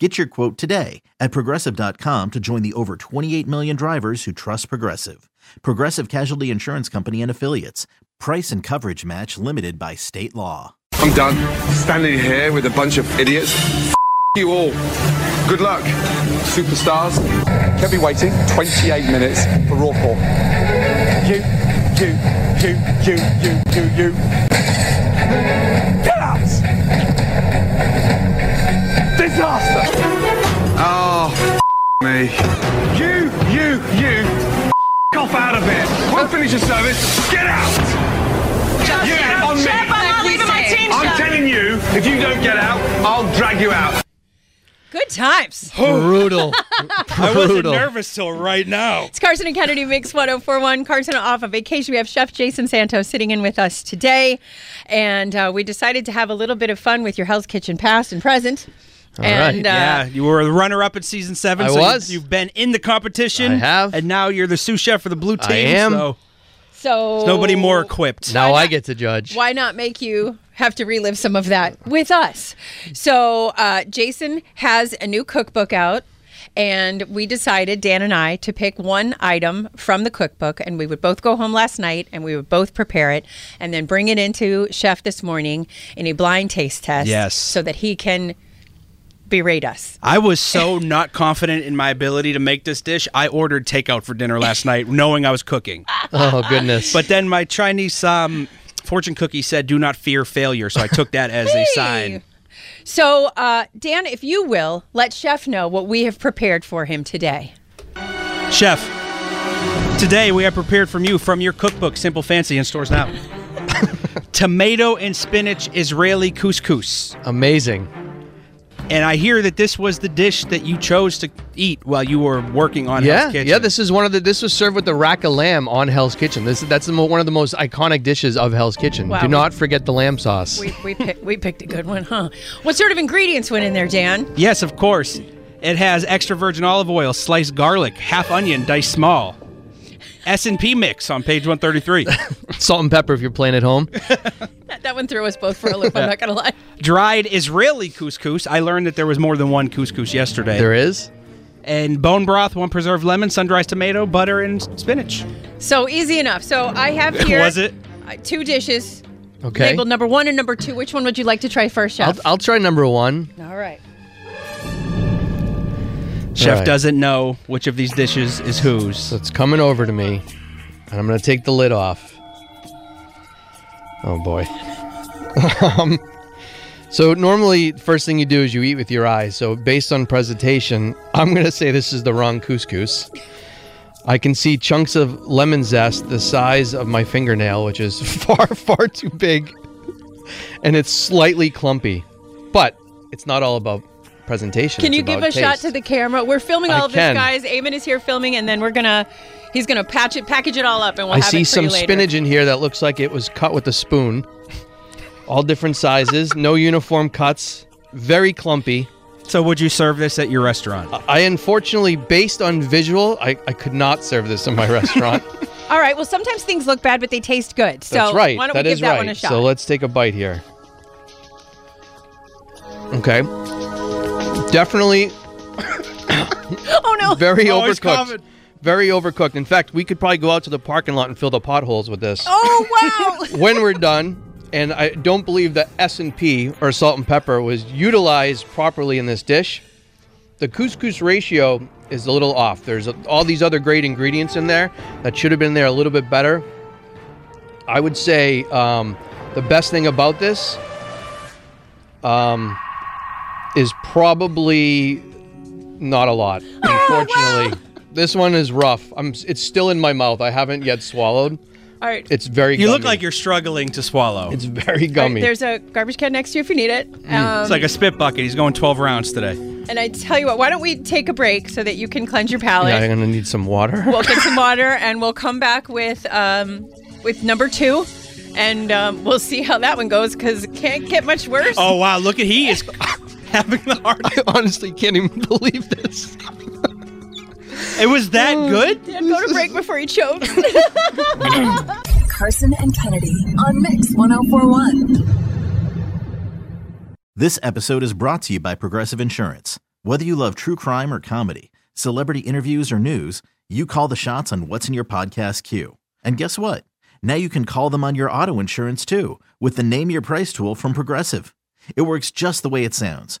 Get your quote today at progressive.com to join the over 28 million drivers who trust Progressive. Progressive Casualty Insurance Company and Affiliates. Price and coverage match limited by state law. I'm done. Standing here with a bunch of idiots. F- you all. Good luck, superstars. Kept me waiting 28 minutes for raw porn. You, you, you, you, you, you, you. Pill-ups! Disaster! Oh, f- me. You, you, you. F- off out of here. We'll finish your service. Get out! You, on me. I'm telling you, if you don't get out, I'll drag you out. Good times. Brutal. I wasn't Brutal. nervous till right now. It's Carson and Kennedy Mix 1041. Carson off on vacation. We have Chef Jason Santos sitting in with us today. And uh, we decided to have a little bit of fun with your Hell's Kitchen past and present. and uh, right. yeah, you were the runner-up at season seven. I so you- was. You've been in the competition. I have. and now you're the sous chef for the blue team. I am. So so nobody more equipped. now I get to judge. Why not make you have to relive some of that with us? So uh, Jason has a new cookbook out. And we decided, Dan and I, to pick one item from the cookbook, and we would both go home last night and we would both prepare it and then bring it into Chef this morning in a blind taste test. Yes. So that he can berate us. I was so not confident in my ability to make this dish. I ordered takeout for dinner last night, knowing I was cooking. Oh goodness. But then my Chinese um, fortune cookie said, "Do not fear failure." So I took that as a sign. So, uh, Dan, if you will, let Chef know what we have prepared for him today. Chef, today we have prepared from you from your cookbook, Simple Fancy, in stores now. Tomato and spinach Israeli couscous. amazing. And I hear that this was the dish that you chose to eat while you were working on Yeah, Hell's Kitchen. yeah. This is one of the. This was served with the rack of lamb on Hell's Kitchen. This that's the, mo- one of the most iconic dishes of Hell's Kitchen. Wow. Do not forget the lamb sauce. We we, pick, we picked a good one, huh? What sort of ingredients went in there, Dan? Yes, of course. It has extra virgin olive oil, sliced garlic, half onion, diced small. S&P mix on page 133. Salt and pepper if you're playing at home. That, that one threw us both for a loop. I'm not gonna lie. Dried Israeli couscous. I learned that there was more than one couscous yesterday. there is. and bone broth, one preserved lemon, sun-dried tomato, butter, and spinach. So easy enough. So I have here. Was it? uh, two dishes? Okay. Labeled number one and number two. Which one would you like to try first, I'll, chef? I'll try number one. All right. Chef Right. doesn't know which of these dishes is whose. So it's coming over to me, and I'm gonna take the lid off. Oh boy. um, so normally, first thing you do is you eat with your eyes. So based on presentation, I'm gonna say this is the wrong couscous. I can see chunks of lemon zest the size of my fingernail, which is far, far too big, and it's slightly clumpy. But it's not all about presentation. Can it's you give a about shot taste. to the camera? We're filming I all of can. this, guys. Eamon is here filming, and then we're gonna. He's gonna patch it, package it all up, and we'll I have it see for some you later. spinach in here that looks like it was cut with a spoon. All different sizes, no uniform cuts, very clumpy. So would you serve this at your restaurant? I unfortunately, based on visual, I, I could not serve this in my restaurant. All right. Well, sometimes things look bad, but they taste good. So That's right. Why don't That we is give that right. one a shot? So let's take a bite here. Okay. Definitely oh no. very Oh, he's overcooked. covered. Very overcooked. In fact, we could probably go out to the parking lot and fill the potholes with this. oh wow. when we're done and i don't believe that s&p or salt and pepper was utilized properly in this dish the couscous ratio is a little off there's all these other great ingredients in there that should have been there a little bit better i would say um, the best thing about this um, is probably not a lot unfortunately this one is rough I'm, it's still in my mouth i haven't yet swallowed all right. it's very You look gummy. like you're struggling to swallow. It's, It's very All right, gummy. Mm. there's a garbage can next to you if you need it. Um, like a spit bucket. He's going 12 rounds today. and I tell you what, why don't we take a break so that you can cleanse your palate? yeah, I'm gonna need some water. We'll get some water and we'll come back with um, with number two, and um, we'll see how that one goes because it can't get much worse. Oh wow! Look at he is having the hard. I honestly can't even believe this. It was that good. Dad, go to break before he chokes. Carson and Kennedy on Mix 1041. This episode is brought to you by Progressive Insurance. Whether you love true crime or comedy, celebrity interviews or news, you call the shots on what's in your podcast queue. And guess what? Now you can call them on your auto insurance too with the Name Your Price tool from Progressive. It works just the way it sounds.